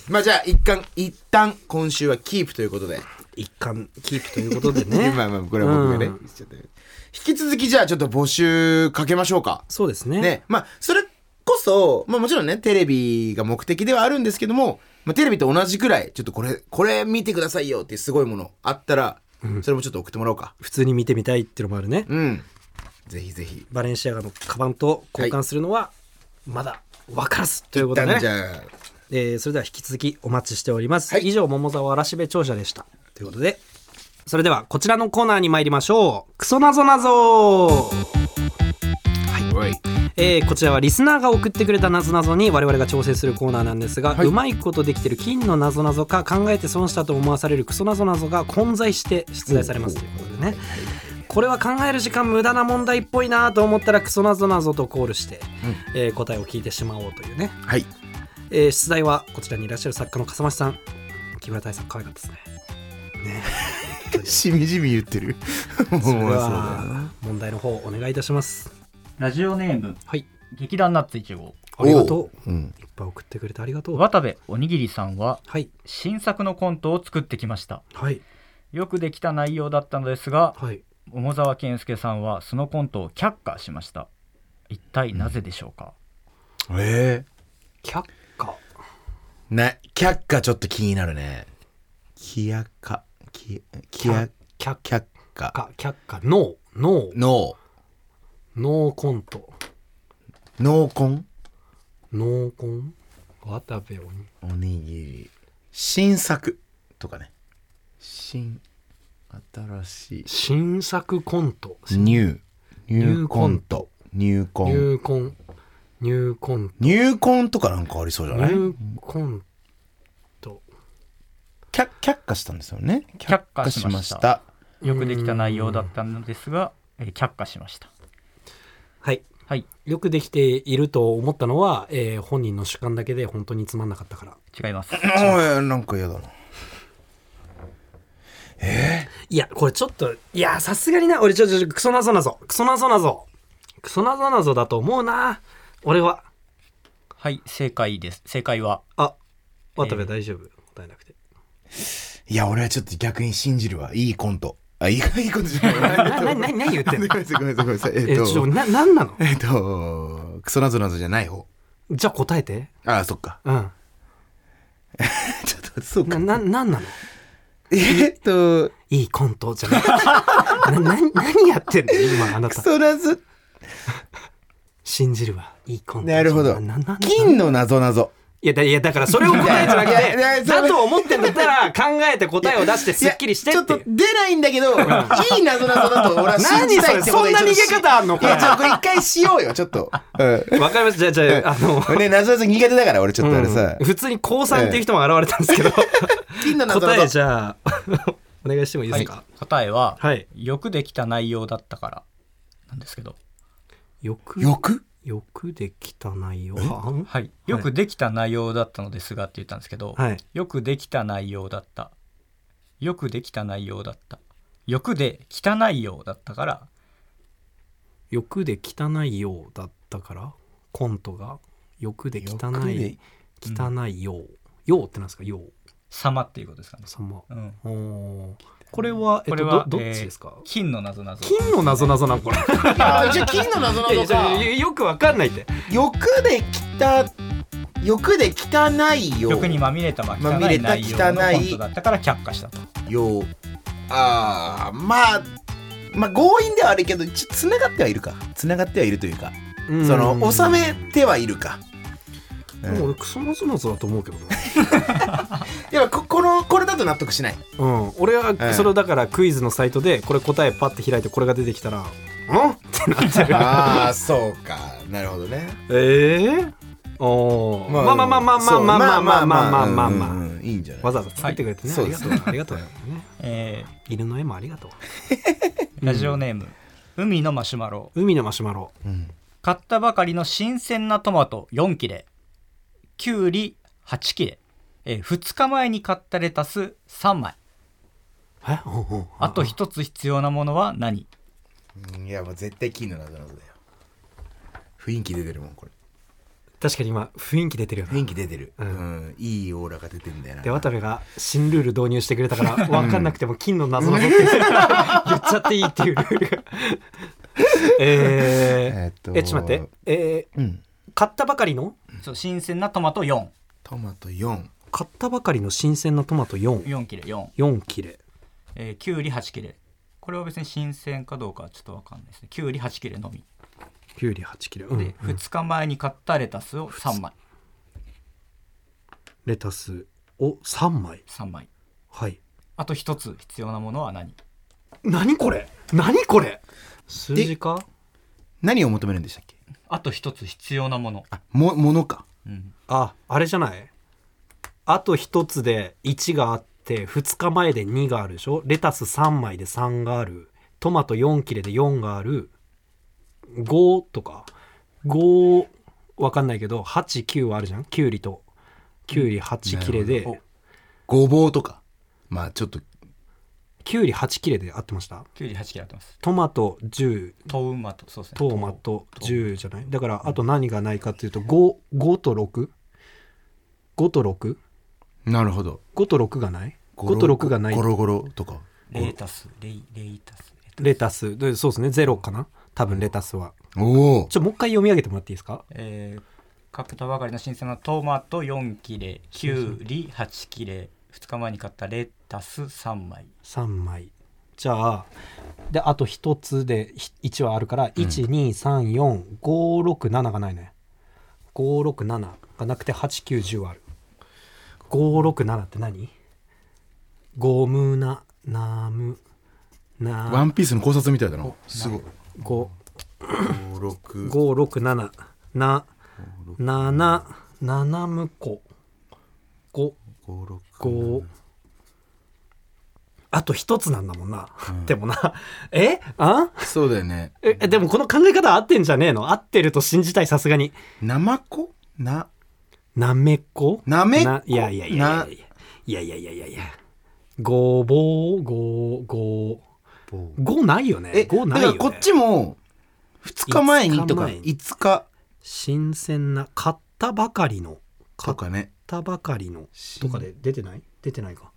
まあじゃあ一旦一旦今週はキープということで、一貫キープということでね まあまあこれは僕がね、うん言っちゃったよ引き続きじゃあちょっと募集かけましょうかそうですねね、まあ、それこそ、まあもちろんね、テレビが目的ではあるんですけども、まあテレビと同じくらい、ちょっとこれ、これ見てくださいよっていうすごいものあったら、それもちょっと送ってもらおうか。普通に見てみたいっていうのもあるね、うん。ぜひぜひ。バレンシアガのカバンと交換するのはまだ分からずということでね、じゃあ、えーそれでは引き続きお待ちしております、はい以上桃沢らしべ長者でしたということでそれではこちらのコーナーに参りましょうクソなぞなぞはい。えーこちらはリスナーが送ってくれたなぞなぞに我々が調整するコーナーなんですが、はいうまいことできてる金のなぞなぞか考えて損したと思わされるクソなぞなぞが混在して出題されますということでねこれは考える時間無駄な問題っぽいなと思ったらクソなぞなぞとコールして、えー答えを聞いてしまおうというね、はい。えー出題はこちらにいらっしゃる作家の笠間さん木村大さん可愛かったですね。 しみじみ言ってる。もう そ そうだれよなは問題の方お願いいたします。ラジオネームはい劇団ナッツ1号ありがとう。おう。うん。いっぱい送ってくれてありがとう。は渡部おにぎりさんはい新作のコントを作ってきましたはいよくできた内容だったのですがはい。桃沢健介さんはそのコントを却下しました一体なぜでしょうか、え却下。えな、却下ちょっと気になるね。きやか。き、きや、却下。却下。か却下ノーノーノノーコントー。ノーコン。ノーコン渡部おにおにぎり新作とかね新新し新作コントいニューニューコントニューコン入婚入婚ニューコンとかなんかありそうじゃない入コント却却下したんですよね却下しました却下よくできた内容だったのですが、えー却下しましたはいはいよくできていると思ったのは、えー本人の主観だけで本当につまんなかったから違いますしましたおいなんか嫌だないやこれちょっといやさすがにな俺ちょちょちょクソなぞなぞクソなぞなぞクソなぞなぞだと思うな俺ははい正解です正解はあ渡え部ー大丈夫、答えなくていや俺はちょっと逆に信じるわいいコントあいいいいコントじゃないななな何言ってごんめんのなさいごめんなさいごめんなさいええっーちょとな何なのえっとクソなぞなぞじゃない方じゃあ答えてああそっかうんちょっとそうな、かな、なんなのえっといいコントじゃなくて。な、な、何やってんの今、あなクた。ソなぞ信じるわ。いいコントじゃなるほどな、な、な金のなぞなぞいや、だ、いや、だからそれを答えじゃなくいやいやいて、やそれだと思ってんだったら考えて答えを出してすっきりしていやっちてょいっとう。出ないんだけど、いい謎なぞだと俺は信じたいってことで何それそんな逃げ方あんのここれ。れいや、ちょっとこれ一回しようよ、ちょっと。うわかりました。じゃあ、じゃあ、あの、ん。ね、謎々苦手だから、俺ちょっとあれさう。ん普通に高三っていう人も現れたんですけど、金の謎答えなじぞ。ゃあ、お願いしてもいいですかはい答えは、はいよくできた内容だったからなんですけどよく、欲よくできた内容。ははい、よくできた内容だったのですがって言ったんですけど、はいよくできた内容だったよくできた内容だったよくで汚いようだったから欲で汚いようだったからコントが欲で汚欲でい汚いよう、ようってなんですかよう様っていうことですかね、様うん、おーこれはえっことれはどどっちえーですか、金の謎謎金の謎謎なんこれ いあ、じゃあ金の謎なぞやいやいか。やよくわかんないって欲できた、欲で汚いよ。欲にまみれたまあ汚まみれいた内容の汚いコントだったから却下したとようあーまあまあ強引ではあるけどちつながってはいるかつながってはいるというかうんその収めてはいるかでも俺クソまずまずだと思うけど ね、いやここのこれだと納得しないうん、俺ええはそれをだからクイズのサイトでこれ答えパッて開いてこれが出てきたら「ん?」 ってなってるああそうかなるほどねええおーまあまあまあまあまあまあまあまあまあまあまあまああいいんじゃないわざわざ作ってくれてね、はいありがとうそうありがとうねえー犬の絵もありがとうラジオネーム、海のマシュマロ海のマシュマロ買ったばかりの新鮮なトマト4切れきゅうり8切れ、えー、2日前に買ったレタス3枚えおうおうあと1つ必要なものは何うんいやもう絶対金の謎謎だよ雰囲気出てるもんこれ確かに今雰囲気出てるよね雰囲気出てる、うん、いいオーラが出てんだよなで渡部が新ルール導入してくれたから分かんなくても金の謎のって 言っちゃっていい っていうルールがええっとー、えちょっと待ってえーうん買ったばかりのそう新鮮なトマト44トマト4買ったばかりの新鮮なトマト44切れ4切れえーきゅうり8切れこれは別に新鮮かどうかはちょっとわかんないですねきゅうり8切れのみきゅうり8切れ、うでん、 2日前に買ったレタスを3枚レタスを3枚3枚はいあと1つ必要なものは何何これ何これ数字か何を求めるんでしたっけあと1つ必要なものあもものかうんああれじゃないあと1つで1があって2日前で2があるでしょレタス3枚で3があるトマト4切れで4がある5とか5わかんないけど89はあるじゃんきゅうりときゅうり8切れでおごぼうとかまあちょっときゅうり8切れで合ってましたきゅうり8切れあってますトマト10トウマトそうですねトマト10じゃないだからあと何がないかっていうと55と65と65なるほどと6がない5と6がないゴロゴロとかレタスレイレイタスレタスレタスでそうですねゼロかな多分レタスはおおちょもう一回読み上げてもらっていいですかえー、買ったばかりの新鮮なトマト4切れきゅうり8切れ2日前に買ったレタス3枚3枚じゃあであと1つで1はあるから1234567がないね567がなくて8910はある567って何ゴムナナムナワンピースの考察みたいだなすごい五56五六七な七七むこ五五あと一つなんだもんな、でもな えあそうだよねえでもこの考え方合ってんじゃねえの合ってると信じたいさすがになまこななめっこなめっこいやいやいやいやいやいやいやいやいやいやごぼうごごぼごないよねえだごなかいよらねこっちも2日前にとか5 5日新鮮な買ったばかりのとかね買ったばかりの新とかで出てない出てないか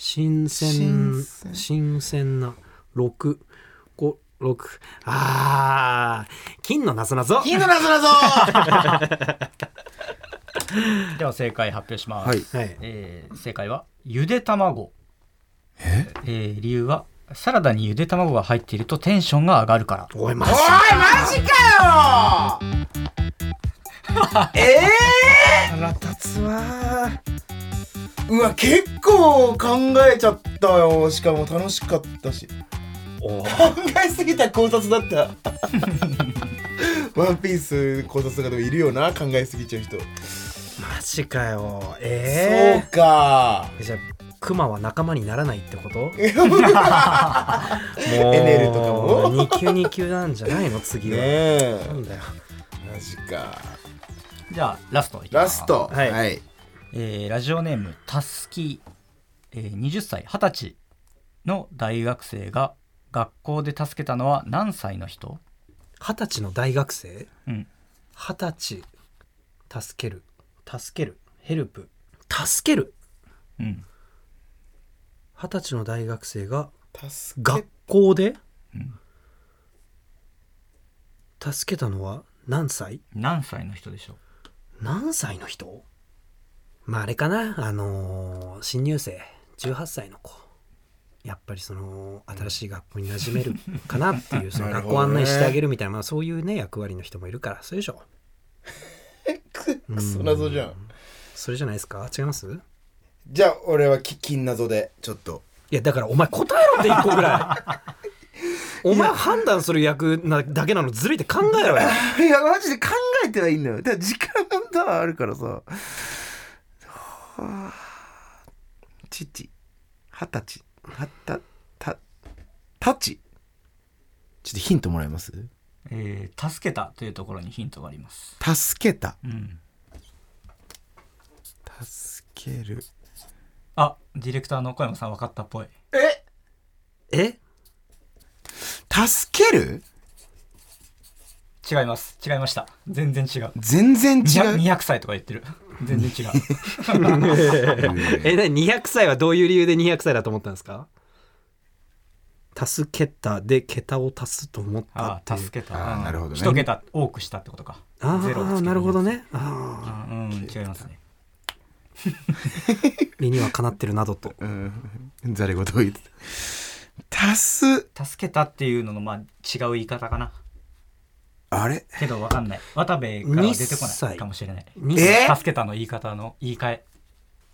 新鮮新鮮新鮮な656あー金のなぞなぞ金のなぞなぞ では正解発表します、はいはいえー正解はゆで卵えー理由はサラダにゆで卵が入っているとテンションが上がるからおいマジマジかよええ腹立つわうわ結構考えちゃったよしかも楽しかったしおー考えすぎた考察だった ワンピース考察とかでもいるよな考えすぎちゃう人、マジかよえそうかー、じゃあクマは仲間にならないっ てこともうエネルとかも2級2級なんじゃないの次ねは、えなんだよマジかじゃあラストいきまラすストはいはい、えーラジオネームたすき、えー20歳20歳の大学生が学校で助けたのは何歳の人二十歳の大学生うん二十歳助ける助けるヘルプ助けるうん二十歳の大学生が助け学校で、助けたのは何歳何歳の人でしょう何歳の人まああれかなあのー新入生18歳の子やっぱりその新しい学校に馴染めるか なっていうそのなる学ほどね校案内してあげるみたいな、まあ、そういうね役割の人もいるからそうでしょくくそ謎じゃんそれじゃないですか違いますいじゃあ俺はき金謎でちょっとやだからお前答えろって一個ぐら いお前判断する役なだけなのずるいって考えろよいやマジで考えてはいいんだよだから時間があるからさはあ父二十歳はたたたちちょっとヒントもらえますえー助けたというところにヒントがあります。助けたうん、助けるあ、ディレクターの小山さん分かったっぽい。え助ける違います。違いました。全然違う。全然違200う200歳とか言ってる。全然違う。えな200歳はどういう理由で200歳だと思ったんですか助けたで桁を足すと思ったっあていあ、う助けた。あーなるほどね一桁多くしたってことか。あゼロをつけあてなるほど。ねああうん、違いますね。理にはかなってるなどとざれ言を言ってたす助けたっていうのの、まあ、違う言い方かな。あれけど分かんない。渡部からは出てこ二な歳いかもしれない。にえ助けたの言い方の言い換え。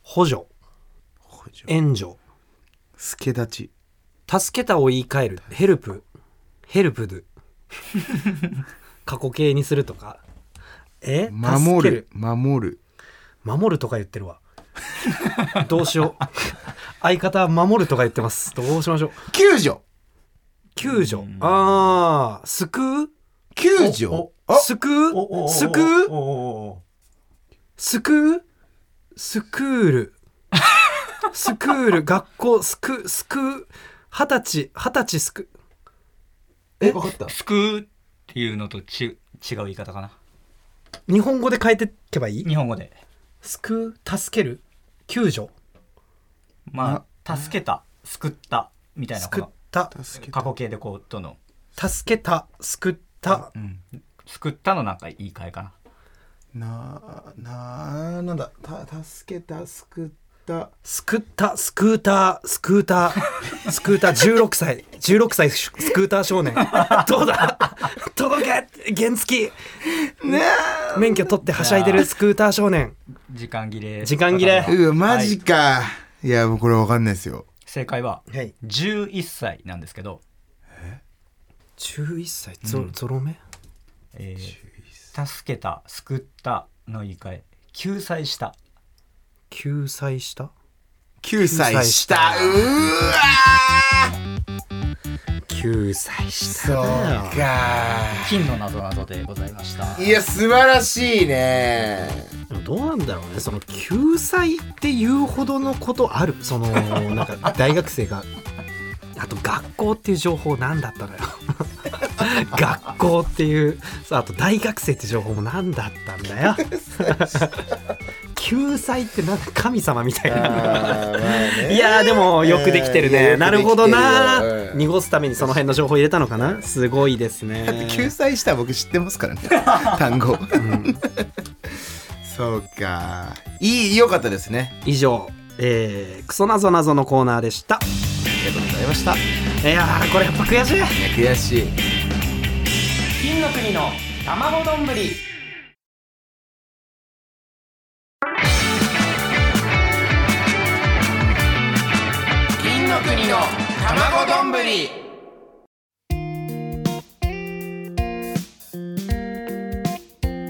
補助援助助立ち助けたを言い換えるヘルプヘルプドゥ過去形にするとかえ助守ける守る守るとか言ってるわどうしよう相方は守るとか言ってますどうしましょう救助救助ああ救う救助おあ救おおおおう救おうおお救うスクールスクー ル学校スクスク二十歳二十歳スクえ分かった救うっていうのとち違う言い方かな。日本語で変えてけばいい日本語で。救う助ける救助まあ、助けた、救った、みたいなこ救っのた助け過去形でこう、どの、助けた救った救ったのなんか言い換えかな。なななんだた助けた救った救ったスクータースクータースクーター16歳16歳スクーター少 年どうだ届け原付免許取ってはしゃいでるスクーター少年時間切れ。時間切れうわマジか、い、やもうこれわかんないですよ正解は、はい11歳なんですけど、 11歳ゾ,、ゾロ目えー助けた、救ったの言い換え、救済した。救済した9歳歳ししたたう救済したそうか金の謎謎でございました。いや素晴らしいねでもどうなんだろうねその救済っていうほどのことあるそのなん か大学生があと学校っていう情報何だった のよ学校っていうさあと大学生って情報も何だったんだよ救済ってなんか神様みたいなねいやーでもよくできてるいやよくね、できてるよなるほどなー、うん濁すためにその辺の情報入れたのかなすごいですね救済した僕知ってます からね単語、そうかいい良かったですね以上、えー、クソなぞなぞのコーナーでしたありがとうございましたいいやーこれやっぱ悔しいや悔しい金の国の卵丼ぶり金の国の卵丼ぶり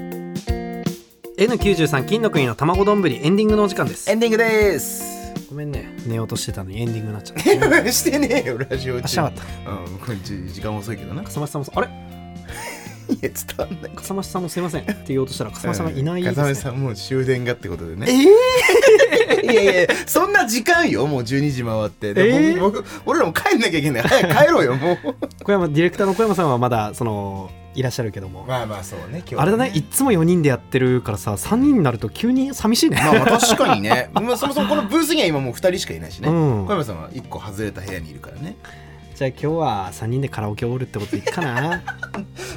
「N93 金の国の卵丼」エンディングのお時間ですエンディングですごめんね寝ようとしてたのにエンディングになっちゃっ たしてねえよラジオあ中しなかったうんこっち時間遅いけどない笠間さんもあれや伝わんない笠間さんもすいませんって言おうとしたら笠間さんがいないです、風ね間さんもう終電がってことでね いえやいやそんな時間よもう12時回ってえーでも僕俺らも帰んなきゃいけない早く帰ろうよもうー、小山ディレクターの小山さんはまだそのいらっしゃるけども、まあまあそうね今日はあれだねいっつも4人でやってるからさ3人になると急に寂しいね、まあまあ確かにね、まあ、そもそもこのブースには今もう2人しかいないしね、うん小山さんは1個外れた部屋にいるからねじゃあ今日は3人でカラオケおるってことでいっかななんか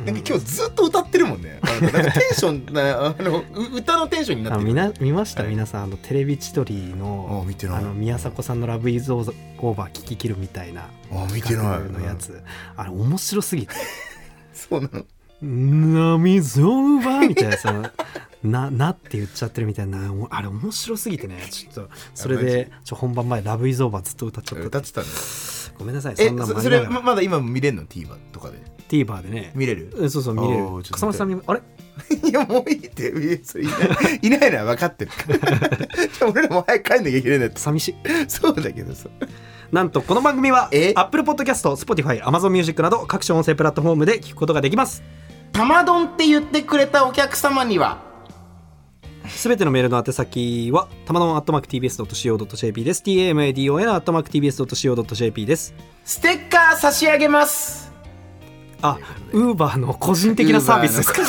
今日ずっと歌ってるもんねなんかテンション なあのう歌のテンションになっあのてるみな見ました、はい皆さんあのテレビ千鳥あの見てないあの宮迫さんの「ラブイズオーバー聞き切るみたいなあ見てないのやつ、あれ面白すぎてそうなの「波ゾーバー」みたいなそ の「な」なって言っちゃってるみたいなもうあれ面白すぎてねちょっとそれでちょ本番前「ラブイズオーバーずっと歌っちゃっ歌たってたねごめんなさいえそんなそのそなれがらままだ今も見れんの TVer とかで TVer でね見れるえそうそう見れおーるちょっと草間さん見あれいやもういいっていやそれいないいないのは分かってる からじゃあ俺らも早く帰んなきゃいけないんだって寂しいそうだけどさなんとこの番組はえ Apple Podcast、Spotify、Amazon Music など各種音声プラットフォームで聞くことができます玉丼って言ってくれたお客様にはすべてのメールの宛先は、たまのん atmactbs.co.jp です。tamadon atmactbs.co.jp です。ステッカー差し上げますあ、ウーバーの個人的なサービスで すか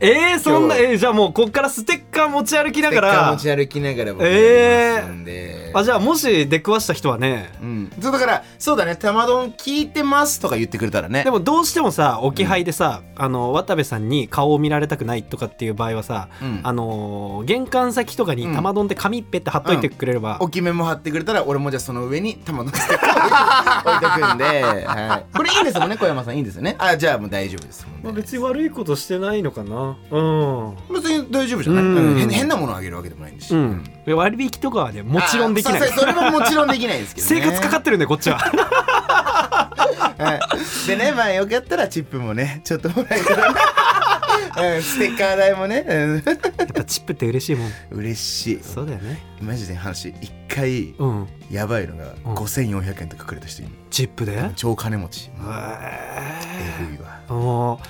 えー、そんな、えーじゃあもうこっからステッカー持ち歩きなだがら持、ち歩きながら僕えーやりますんであ、じゃあもし出くわした人はね、うん、そうだからそうだね玉丼聞いてますとか言ってくれたらねでもどうしてもさ置き配でさ、あの渡部さんに顔を見られたくないとかっていう場合はさ、うんあのー玄関先とかにうん玉丼って紙ペって貼っといてくれれば、置き目も貼ってくれたら俺もじゃあその上に玉丼ステッカーを置いて くんで、はい、これいいですもんね小山さんいいですよねあじゃあもう大丈夫ですもんねまあ別に悪いことしてないのかなうん別に大丈夫じゃない、うんうん変変なものをあげるわけでもないんですし、うん、割引とかはねもちろんできないあそうそうそれももちろんできないですけど、 生ね、活かかってるんでこっちははいでねまあよかったらチップもねちょっともらえた ら、うん、ステッカー代もね、やっぱチップって嬉しいもんうん、嬉しいそうだよねマジで話一回うんやばいのがん5400円とかくれた人いるのチップで超金持ちええぐいわおー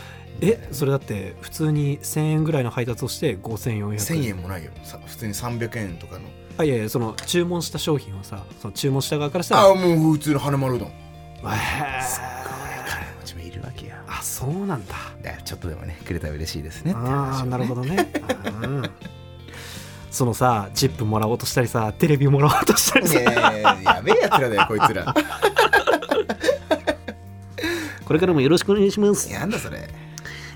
えそれだって普通に1000円ぐらいの配達をして5400 1000円もないよさ普通に300円とかのあいやいやその注文した商品をさその注文した側からしたらあもう普通の花丸うどんえ金持ちもいるわけよーあそうなんだだからちょっとでもねくれたら嬉しいですねってあ話あをなるほどねうんそのさチップもらおうとしたりさテレビもらおうとしたりさ、ねえやべえやつらだよこいつ ら これからもよろしくお願いしますなんだそれ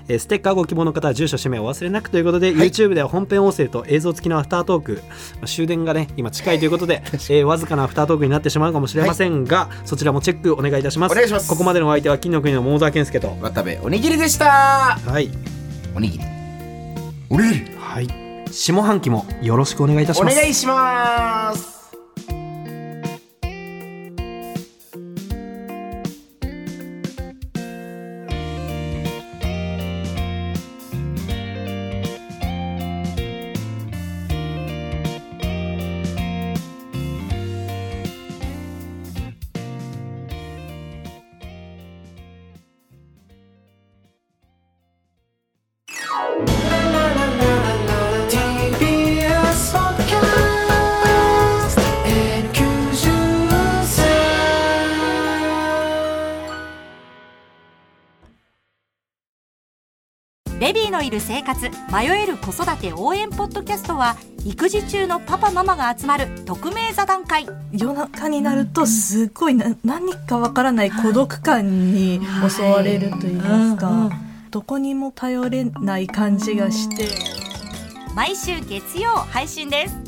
えーステッカーご希望の方は住所氏名をお忘れなくということで、YouTube では本編音声と映像付きのアフタートーク、まあ終電がね今近いという ことで、えーわずかなアフタートークになってしまうかもしれませんが、そちらもチェックお願いいたしますお願いしますここまでのお相手は金の国の桃沢健介と渡部おにぎりでしたはい、おにぎりおにぎりはい、下半期もよろしくお願いいたしおます願いしますベビーのいる生活迷える子育て応援ポッドキャストは育児中のパパママが集まる匿名座談会夜中になるとすごいな、何かわからない孤独感に襲われると言いますか、どこにも頼れない感じがして。毎週月曜配信です